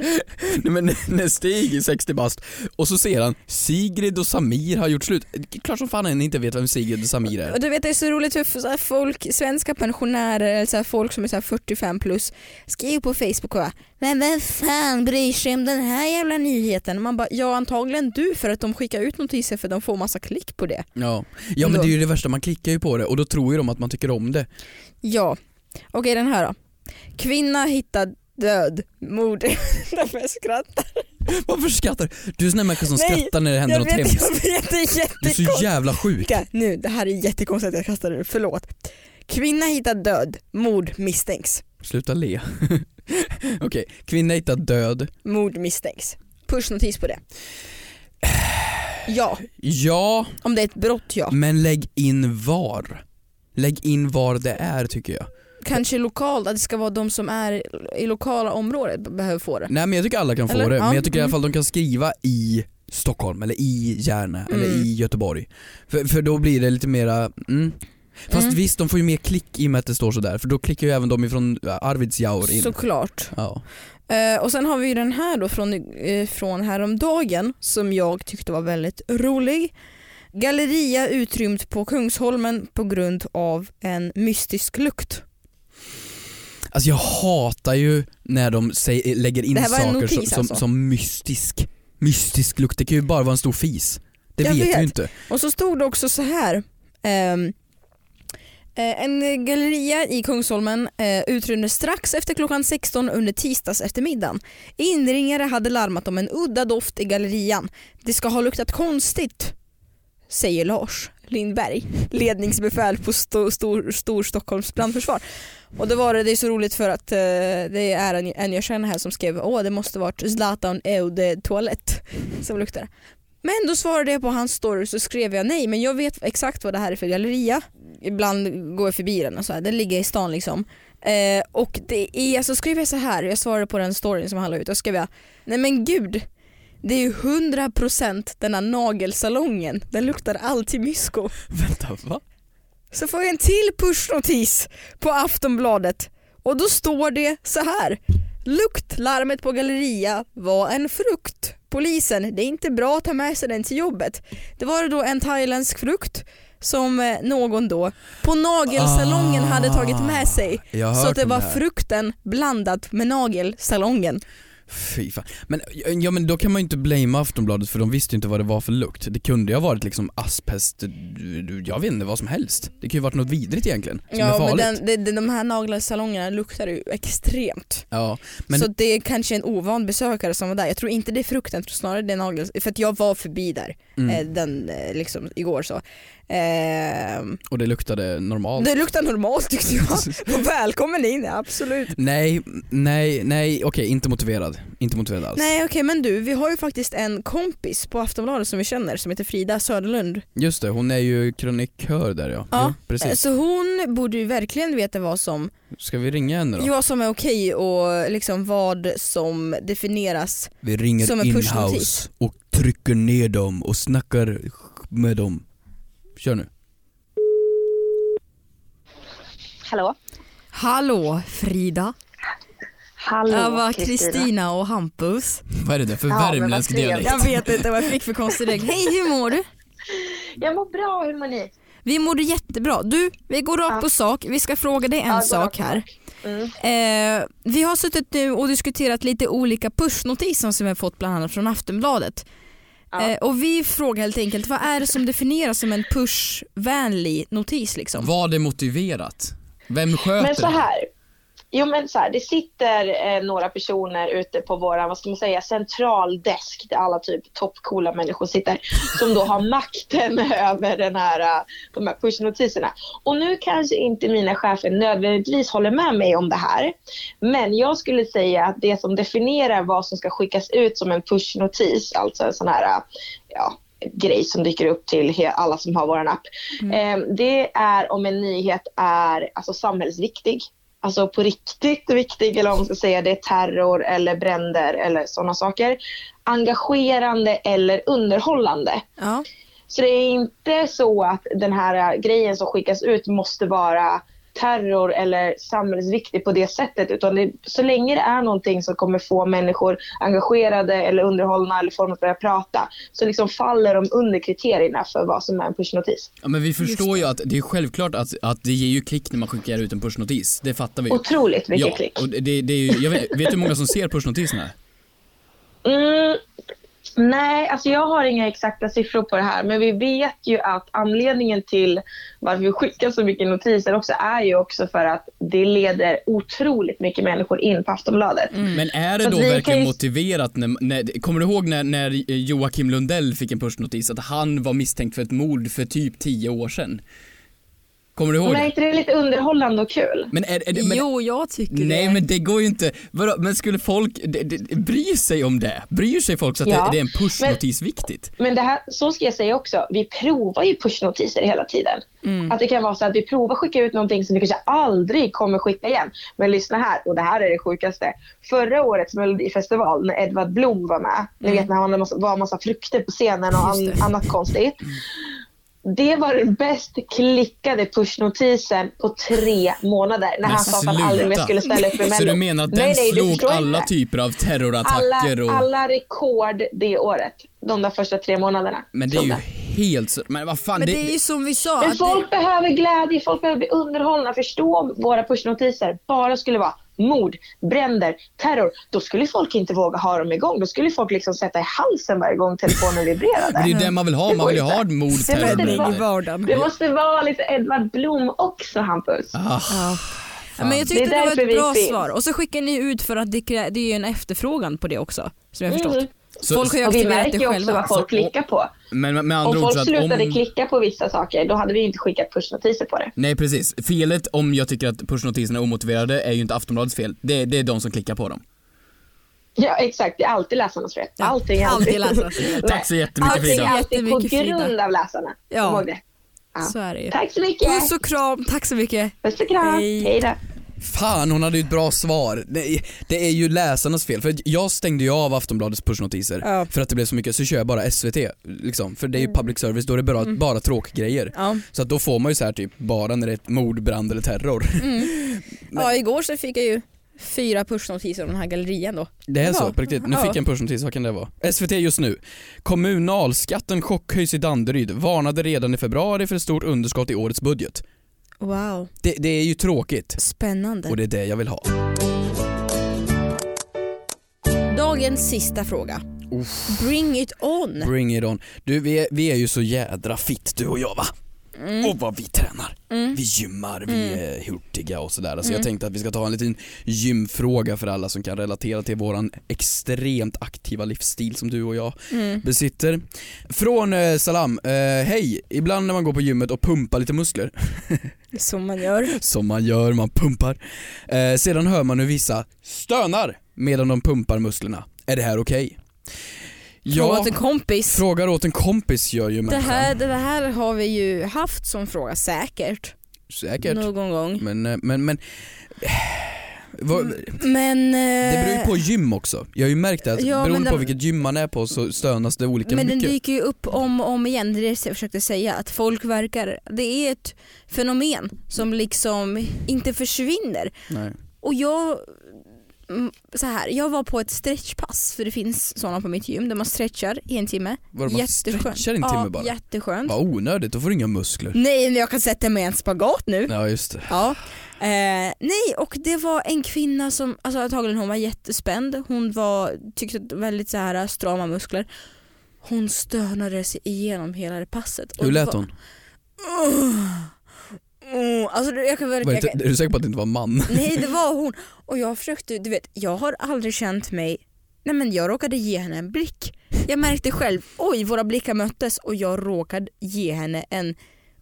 Speaker 4: nej men när Stig är 60 bast och så ser han Sigrid och Samir har gjort slut. Klart som fan han inte vet vem Sigrid och Samir är.
Speaker 3: Och du vet det är så roligt för så här folk, svenska pensionärer eller så här folk som är så här 45 plus skriver på Facebook och bara, men vem fan bryr sig om den här jävla nyheten? Man bara ja antagligen du för att de skickar ut notiser för att de får massa klick på det.
Speaker 4: Ja. ja men det är ju det värsta, man klickar ju på det och då tror ju de att man tycker om det.
Speaker 3: Ja, okej den här då. Kvinna hittad död, mord. Därför jag skrattar.
Speaker 4: Varför skrattar du? Du är en sån där människa som
Speaker 3: Nej,
Speaker 4: skrattar när det händer
Speaker 3: Jag
Speaker 4: något
Speaker 3: vet, jag
Speaker 4: hemskt.
Speaker 3: vet, det är
Speaker 4: Du är så
Speaker 3: jättekonstigt.
Speaker 4: jävla sjuk.
Speaker 3: Nu, det här är jättekonstigt att jag kastade det, förlåt. Kvinna hittad död, mord misstänks.
Speaker 4: Sluta le. Okej, kvinna hittad död.
Speaker 3: Mord misstänks. Pushnotis på det. Ja,
Speaker 4: Ja,
Speaker 3: om det är ett brott ja.
Speaker 4: men lägg in var. Lägg in var det är tycker jag.
Speaker 3: Kanske lokalt, att det ska vara de som är i lokala området b- behöver få det.
Speaker 4: Nej men jag tycker alla kan få
Speaker 3: Eller?
Speaker 4: det,
Speaker 3: Ja,
Speaker 4: men jag tycker i alla fall
Speaker 3: mm.
Speaker 4: de kan skriva i Stockholm eller i Järna eller
Speaker 3: Mm.
Speaker 4: i Göteborg. För, för då blir det lite mera, mm. Fast
Speaker 3: Mm.
Speaker 4: visst de får ju mer klick i och med att det står sådär för då klickar ju även de ifrån Arvidsjaur in.
Speaker 3: Såklart.
Speaker 4: Ja.
Speaker 3: Eh, och sen har vi ju den här då från, uh, från häromdagen som jag tyckte var väldigt rolig. Galleria utrymt på Kungsholmen på grund av en mystisk lukt.
Speaker 4: Alltså jag hatar ju när de säger, lägger in
Speaker 3: Det här var en
Speaker 4: saker
Speaker 3: notis
Speaker 4: som, som,
Speaker 3: alltså.
Speaker 4: som mystisk, mystisk lukt. Det kan ju bara vara en stor fis. Det
Speaker 3: Jag
Speaker 4: vet,
Speaker 3: vet.
Speaker 4: vi ju inte.
Speaker 3: Och så stod det också så här. ehm, eh, en galleria i Kungsholmen eh, utrymde strax efter klockan 16 under tisdags eftermiddagen. Inringare hade larmat om en udda doft i gallerian. Det ska ha luktat konstigt. säger Lars Lindberg, ledningsbefäl på Sto- Stor- Storstockholms brandförsvar. Och det var det, det är så roligt för att eh, det är en, en jag känner här som skrev åh det måste varit Zlatan Eude toalett som luktar. Men då svarade jag på hans story så skrev jag nej men jag vet exakt vad det här är för galleria. Ibland går jag förbi den och så här, den ligger i stan liksom. Eh, och det är, så skrev jag så här, jag svarade på den storyn som han la ut, då skrev jag nej men gud det är ju 100% den här nagelsalongen, den luktar alltid mysko.
Speaker 4: Vänta, va?
Speaker 3: Så får jag en till pushnotis på Aftonbladet och då står det så här. Luktlarmet på Galleria var en frukt. Polisen, det är inte bra att ta med sig den till jobbet. Det var då en thailändsk frukt som eh, någon då på nagelsalongen
Speaker 4: Ah,
Speaker 3: hade tagit med sig.
Speaker 4: jag har
Speaker 3: Så att
Speaker 4: hört
Speaker 3: det
Speaker 4: om
Speaker 3: var
Speaker 4: det här.
Speaker 3: frukten blandat med nagelsalongen.
Speaker 4: Fy fan. Men, ja, men då kan man ju inte blamea Aftonbladet för de visste ju inte vad det var för lukt. Det kunde ju ha varit liksom asbest, du- du- jag vet inte, vad som helst. Det kan ju ha varit något vidrigt egentligen, som är
Speaker 3: Ja men
Speaker 4: farligt.
Speaker 3: den, de, de, de här nagelsalongerna luktar ju extremt.
Speaker 4: Ja, men
Speaker 3: så det är kanske en ovan besökare som var där. Jag tror inte det är frukten, jag tror snarare det är nagel... För att jag var förbi där
Speaker 4: mm,
Speaker 3: eh, den, eh, liksom, igår så. Ehm,
Speaker 4: och det luktade normalt.
Speaker 3: det luktar normalt tyckte jag. Och Välkommen in, absolut.
Speaker 4: Nej, nej, nej, okej, inte motiverad. Inte motiverad alls.
Speaker 3: Nej okej men du, vi har ju faktiskt en kompis på Aftonbladet som vi känner som heter Frida Söderlund.
Speaker 4: Just det, hon är ju krönikör där ja.
Speaker 3: Ja,
Speaker 4: Jo,
Speaker 3: Eh,
Speaker 4: precis.
Speaker 3: Så hon borde ju verkligen veta vad som
Speaker 4: Ska vi ringa henne då?
Speaker 3: vad som är okej och liksom vad som definieras
Speaker 4: Vi ringer
Speaker 3: Som en pushnotis.
Speaker 4: inhouse och trycker ner dem och snackar med dem. Kör nu.
Speaker 5: Hallå?
Speaker 3: Hallå Frida.
Speaker 5: Hallå,
Speaker 3: Jag var Kristina och Hampus.
Speaker 4: Vad är det där för
Speaker 5: Ja, men vad
Speaker 4: värmländsk dialekt?
Speaker 3: Jag vet inte vad jag fick för konstig dialekt. Hej hur mår du?
Speaker 5: Jag mår bra, hur mår ni?
Speaker 3: Vi mår jättebra. Du, vi går rakt på sak. Vi ska fråga dig en
Speaker 5: Ja, gå
Speaker 3: sak
Speaker 5: rakt på
Speaker 3: här.
Speaker 5: Mm.
Speaker 3: Eh, vi har suttit nu och diskuterat lite olika pushnotiser som vi har fått bland annat från Aftonbladet.
Speaker 5: Ja.
Speaker 3: Eh, och vi frågar helt enkelt, vad är det som definieras som en pushvänlig notis liksom?
Speaker 4: Var det motiverat? Vem sköter
Speaker 5: Men så här. Jo men så här, det sitter eh, några personer ute på våran, vad ska man säga, centraldesk där alla typ toppcoola människor sitter. Som då har makten över den här, eh, de här pushnotiserna. Och nu kanske inte mina chefer nödvändigtvis håller med mig om det här. Men jag skulle säga att det som definierar vad som ska skickas ut som en pushnotis, alltså en sån här, eh, ja, grej som dyker upp till he- alla som har våran app. Eh, det är om en nyhet är alltså, samhällsviktig. Alltså på riktigt viktig eller om man ska säga det är terror eller bränder eller sådana saker. Engagerande eller underhållande.
Speaker 3: Ja.
Speaker 5: Så det är inte så att den här eh, grejen som skickas ut måste vara terror eller samhällsviktig på det sättet utan det, så länge det är någonting som kommer få människor engagerade eller underhållna eller få dem att börja prata så liksom faller de under kriterierna för vad som är en pushnotis.
Speaker 6: Ja, men vi förstår ju att det är självklart att, att det ger ju klick när man skickar ut en pushnotis. Det fattar vi ju.
Speaker 5: Otroligt mycket
Speaker 6: ja,
Speaker 5: klick.
Speaker 6: och det, det är ju, jag vet, vet du hur många som ser pushnotiserna?
Speaker 5: Mm, nej, alltså jag har inga exakta siffror på det här men vi vet ju att anledningen till varför vi skickar så mycket notiser också är ju också för att det leder otroligt mycket människor in på Aftonbladet.
Speaker 4: Mm.
Speaker 6: Men är det
Speaker 5: Så
Speaker 6: då
Speaker 5: Mm. vi kan
Speaker 6: verkligen
Speaker 5: ju-
Speaker 6: motiverat när, när, kommer du ihåg när, när Joakim Lundell fick en pushnotis att han var misstänkt för ett mord för typ tio år sedan? Kommer du ihåg
Speaker 5: Men är
Speaker 6: det?
Speaker 5: inte det lite underhållande och kul?
Speaker 6: Men är, är det, men,
Speaker 3: jo, jag tycker det.
Speaker 6: Nej men det går ju inte, Vadå? men skulle folk, det, det, bryr sig om det? Bryr sig folk så att
Speaker 5: Ja.
Speaker 6: det, det är en pushnotis viktigt?
Speaker 5: Men det här, så ska jag säga också, vi provar ju pushnotiser hela tiden.
Speaker 6: Mm.
Speaker 5: Att det kan vara så att vi provar skicka ut någonting som vi kanske aldrig kommer skicka igen. Men lyssna här, och det här är det sjukaste. Förra årets melodifestival när Edvard Blom var med,
Speaker 6: Mm.
Speaker 5: ni vet när han hade massa- var massa frukter på scenen och an, annat konstigt.
Speaker 6: Mm.
Speaker 5: Det var den bäst klickade pushnotisen på tre månader när han sa att han aldrig mer
Speaker 6: sluta.
Speaker 5: skulle ställa upp i
Speaker 6: Så du
Speaker 5: Mello.
Speaker 6: menar att den
Speaker 5: Nej, nej, du
Speaker 6: slog
Speaker 5: förstår
Speaker 6: alla
Speaker 5: inte.
Speaker 6: typer av
Speaker 5: alla,
Speaker 6: terrorattacker och...
Speaker 5: alla rekord det året, de där första tre månaderna.
Speaker 6: Men det är
Speaker 5: Slog
Speaker 6: ju
Speaker 5: det.
Speaker 6: helt så... Men vad fan,
Speaker 3: men
Speaker 6: det,
Speaker 3: det är ju som vi sa.
Speaker 5: Men
Speaker 3: att
Speaker 5: folk behöver glädje, folk behöver bli underhållna. Förstå om våra pushnotiser bara skulle vara mord, bränder, terror. Då skulle folk inte våga ha dem igång. Då skulle folk liksom sätta i halsen varje gång telefonen
Speaker 6: det är ju
Speaker 5: vibrerade.
Speaker 6: det man vill ha, man vill ju ha mord,
Speaker 3: det
Speaker 6: terror,
Speaker 5: men
Speaker 3: vänder
Speaker 5: det
Speaker 3: in i
Speaker 5: var-
Speaker 6: bränder.
Speaker 3: vardagen.
Speaker 5: Det måste vara lite Edvard Blom också Hampus.
Speaker 6: Ah,
Speaker 3: Ja, men jag
Speaker 5: Det
Speaker 3: tyckte
Speaker 5: är
Speaker 3: det, var
Speaker 5: därför
Speaker 3: ett
Speaker 5: vi
Speaker 3: bra
Speaker 5: finns.
Speaker 3: svar. Och så skickar ni ut för att det, krä- det är ju en efterfrågan på det också. Som jag har förstått.
Speaker 5: Mm.
Speaker 4: Så,
Speaker 3: Folk har ju
Speaker 5: Och vi
Speaker 3: aktiverat
Speaker 5: märker
Speaker 3: det
Speaker 5: ju också
Speaker 3: själva.
Speaker 5: vad folk
Speaker 6: Så-
Speaker 5: klickar på.
Speaker 6: Men med
Speaker 5: Om
Speaker 6: andra ord så
Speaker 5: folk
Speaker 6: att
Speaker 5: slutade
Speaker 6: om...
Speaker 5: klicka på vissa saker, då hade vi ju inte skickat pushnotiser på det.
Speaker 6: Nej precis, felet om jag tycker att pushnotiserna är omotiverade är ju inte Aftonbladets fel. Det, det är de som klickar på dem.
Speaker 5: Ja, exakt. Det är alltid läsarnas fel.
Speaker 3: Ja,
Speaker 5: Allting, är
Speaker 3: alltid läsarnas fel.
Speaker 5: Nej,
Speaker 6: Tack så jättemycket,
Speaker 5: allting är
Speaker 6: Frida.
Speaker 5: alltid på
Speaker 3: Jättemycket, Frida.
Speaker 5: grund av läsarna.
Speaker 3: Ja.
Speaker 5: Kom ihåg det. Ja.
Speaker 3: Så är det ju.
Speaker 5: Tack så mycket.
Speaker 3: Puss och kram, tack så mycket.
Speaker 5: Puss och kram.
Speaker 3: Hej.
Speaker 5: Hej då.
Speaker 4: Fan hon hade ju ett bra svar. Det, det är ju läsarnas fel. För jag stängde ju av Aftonbladets pushnotiser
Speaker 3: Ja.
Speaker 4: för att det blev så mycket, så kör jag bara SVT. Liksom. För det är ju public service, då är det bara, bara tråkgrejer.
Speaker 3: Ja.
Speaker 4: Så att då får man ju så här typ bara när det är ett mord, brand eller terror.
Speaker 3: ja, igår så fick jag ju fyra pushnotiser om den här gallerian då.
Speaker 4: Det är
Speaker 3: Ja.
Speaker 4: så på riktigt. Nu
Speaker 3: Ja.
Speaker 4: fick jag en pushnotis, vad kan det vara? SVT just nu. Kommunalskatten chockhöjs i Danderyd, varnade redan i februari för ett stort underskott i årets budget.
Speaker 3: Wow,
Speaker 4: Det, det är ju tråkigt.
Speaker 3: spännande.
Speaker 4: Och det är det jag vill ha.
Speaker 3: Dagens sista fråga. Bring it on.
Speaker 4: Bring it on. Du, vi är, vi är ju så jädra fitt du och jag va? Och vad vi tränar. Vi gymmar, vi är hurtiga och sådär. Så jag tänkte att vi ska ta en liten gymfråga för alla som kan relatera till våran extremt aktiva livsstil som du och jag besitter. Från eh, Salam, eh, hej! Ibland när man går på gymmet och pumpar lite muskler,
Speaker 3: Som man gör.
Speaker 4: som man gör, man pumpar. Eh, sedan hör man hur vissa stönar medan de pumpar musklerna. Är det här okej?
Speaker 3: Ja.
Speaker 4: Ja.
Speaker 3: Fråga till kompis.
Speaker 4: Frågar åt en kompis gör ju
Speaker 3: Det
Speaker 4: människan.
Speaker 3: här, det här har vi ju haft som fråga säkert.
Speaker 4: Säkert.
Speaker 3: Någon gång.
Speaker 4: Men, eh, men, men... eh, Vad,
Speaker 3: Men, eh,
Speaker 4: det beror ju på gym också. Jag har ju märkt det att
Speaker 3: Ja,
Speaker 4: beroende
Speaker 3: men
Speaker 4: på
Speaker 3: den-
Speaker 4: vilket gym man är på så stönas det olika
Speaker 3: men den
Speaker 4: mycket.
Speaker 3: dyker ju upp om och om igen, det är det jag försökte säga. Att folk verkar, det är ett fenomen som liksom inte försvinner.
Speaker 4: Nej.
Speaker 3: Och jag, mm, så här, jag var på ett stretchpass för det finns sådana på mitt gym där man stretchar i en timme.
Speaker 4: Vadå, man stretchar i en timme
Speaker 3: ja,
Speaker 4: bara?
Speaker 3: Jätteskönt.
Speaker 4: Vad onödigt, då får du inga muskler.
Speaker 3: Nej men jag kan sätta mig i en spagat nu.
Speaker 4: Ja just det.
Speaker 3: Ja. Eh, nej, och det var en kvinna som, alltså antagligen hon var jättespänd. Hon var, tyckte att väldigt så här äh, strama muskler. Hon stönade sig igenom hela det passet. Och
Speaker 4: Hur
Speaker 3: det
Speaker 4: lät
Speaker 3: var-
Speaker 4: hon?
Speaker 3: Mm, alltså det- jag kan
Speaker 4: Var
Speaker 3: verkligen...
Speaker 4: inte, är du säker på att det inte var en man?
Speaker 3: Nej det var hon. Och jag försökte, du vet, jag har aldrig känt mig... Nej men jag råkade ge henne en blick. Jag märkte själv, oj våra blickar möttes och jag råkade ge henne en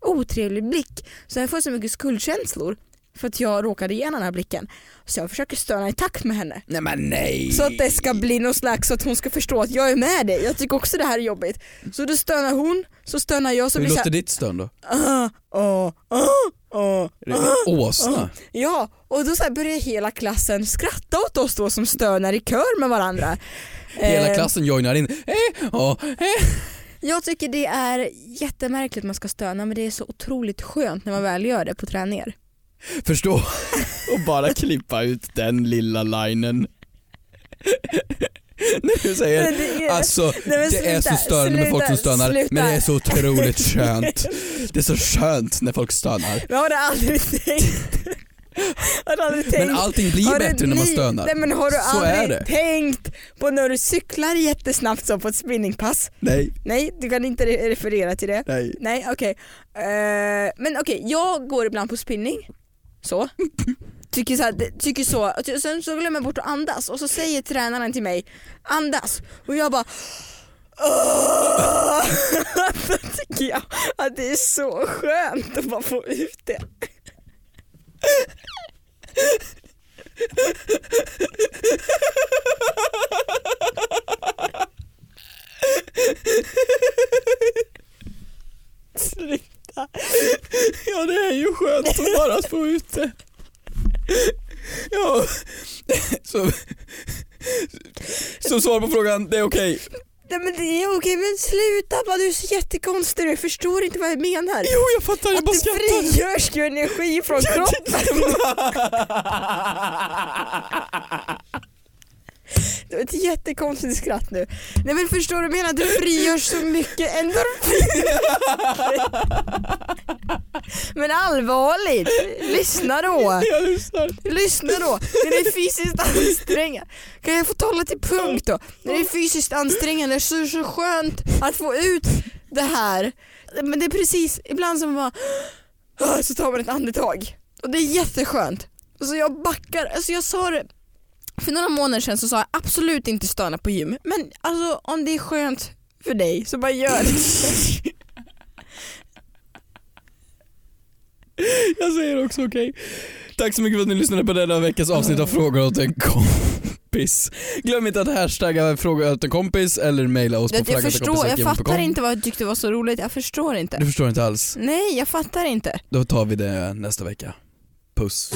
Speaker 3: otrevlig blick. Så jag får så mycket skuldkänslor för att jag råkade ge henne den här blicken. Så jag försöker stöna i takt med henne.
Speaker 4: Nej men nej!
Speaker 3: Så att det ska bli någon slags, så att hon ska förstå att jag är med dig. Jag tycker också det här är jobbigt. Så då stönar hon, så stönar jag, så
Speaker 4: Hur
Speaker 3: blir det
Speaker 4: låter
Speaker 3: såhär...
Speaker 4: ditt stön då?
Speaker 3: "Ah, ah, ah, ah."
Speaker 4: Är det
Speaker 3: Oh.
Speaker 4: Åsna?
Speaker 3: Ja, och då så här börjar hela klassen skratta åt oss då som stönar i kör med varandra.
Speaker 4: Hela
Speaker 3: Eh,
Speaker 4: klassen joinar in. Eh, ja, eh.
Speaker 3: Jag tycker det är jättemärkligt att man ska stöna men det är så otroligt skönt när man väl gör det på träningar.
Speaker 4: Förstå.
Speaker 6: Och bara klippa ut den lilla linen.
Speaker 4: När du säger
Speaker 3: Men det är-
Speaker 4: Alltså
Speaker 3: Nej, men
Speaker 4: det är så
Speaker 3: sluta,
Speaker 4: störande med folk som
Speaker 3: sluta,
Speaker 4: stönar men det är
Speaker 3: sluta.
Speaker 4: så otroligt skönt. Det är så skönt när folk stönar.
Speaker 3: Jag hade aldrig tänkt. Jag hade aldrig tänkt.
Speaker 4: Men allting blir
Speaker 3: Har du
Speaker 4: bättre när man
Speaker 3: ni-
Speaker 4: stönar.
Speaker 3: Nej, men har du
Speaker 4: Så är
Speaker 3: aldrig
Speaker 4: det.
Speaker 3: tänkt på när du cyklar jättesnabbt som på ett spinningpass?
Speaker 4: Nej,
Speaker 3: Nej, du kan inte re- referera till det.
Speaker 4: nej.
Speaker 3: Nej okej. Eh, men okej, jag går ibland på spinning. Så. Tycker så, här, det- tycker så. Och ty- Sen så glömmer jag bort att andas och så säger tränaren till mig andas och jag bara "Åh!" Då tycker jag att det är så skönt att bara få ut det. Sluta.
Speaker 4: Ja det är ju skönt att bara få ut det. Ja, så, så svar på frågan, det är okej.
Speaker 3: Nej men det är okej men sluta bara du är så jättekonstig du förstår inte vad jag menar.
Speaker 4: Jo jag fattar, jag
Speaker 3: Att
Speaker 4: bara
Speaker 3: det
Speaker 4: skrattar.
Speaker 3: frigörs ju energi från kroppen. Det var ett jättekonstigt skratt nu. Nej men förstår du vad jag menar? Du frigörs så mycket endorfiner. Men allvarligt, lyssna då.
Speaker 4: Jag lyssnar.
Speaker 3: Lyssna då. När det är fysiskt ansträngande. Kan jag få tala till punkt då? När det är fysiskt ansträngande så är det så skönt att få ut det här. Men det är precis, ibland som man bara så tar man ett andetag. Och det är jätteskönt. Och så jag backar, alltså jag sa det För några månader sedan så sa jag absolut inte stöna på gym. Men alltså om det är skönt för dig så bara gör det.
Speaker 4: Jag säger också okej. Tack så mycket för att ni lyssnade på denna veckas avsnitt av Frågor åt en kompis. Glöm inte att hashtagga fråga åt en kompis eller mejla oss på
Speaker 3: Det, jag förstår, jag fattar
Speaker 4: flaggotenkompis.gmail.com.
Speaker 3: inte vad du tyckte var så roligt. Jag förstår
Speaker 4: Du
Speaker 3: inte.
Speaker 4: förstår inte alls.
Speaker 3: Nej, jag fattar inte.
Speaker 4: Då tar vi det nästa vecka. Puss.